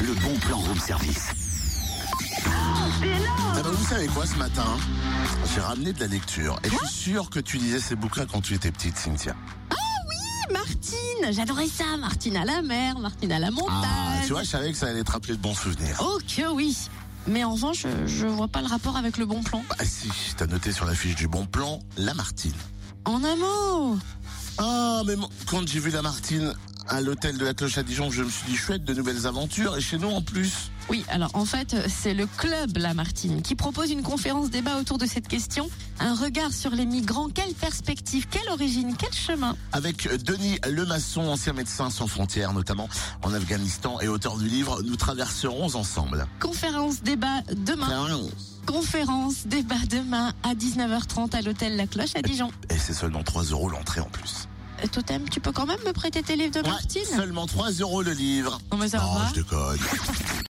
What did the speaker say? le bon plan room service. Ah bah, vous savez quoi ce matin J'ai ramené de la lecture. Et je suis sûr que tu lisais ces bouquins quand tu étais petite, Cynthia. Martine, j'adorais ça. Martine à la mer, Martine à la montagne. Ah, tu vois, je savais que ça allait te rappeler de bons souvenirs. Oh que oui. Mais en revanche, je- je vois pas le rapport avec le bon plan. Ah si, t'as noté sur la fiche du bon plan, la Martine. En un mot, Ah, mais mon- quand j'ai vu la Martine à l'hôtel de la Cloche à Dijon, je me suis dit chouette, de nouvelles aventures, et chez nous en plus. Oui, alors en fait, c'est le club Lamartine qui propose une conférence débat autour de cette question. Un regard sur les migrants, quelle perspective, quelle origine, quel chemin Avec Denis Lemasson, ancien médecin sans frontières, notamment en Afghanistan, et auteur du livre Nous traverserons ensemble. Conférence débat demain. Conférence débat demain à 19h30 à l'hôtel La Cloche à Euh, Dijon. Et c'est seulement 3 euros l'entrée en plus. Euh, Totem, tu peux quand même me prêter tes livres de Ouais, Martine seulement 3 euros le livre. Non mais ça Non, va. je Ah, déconne.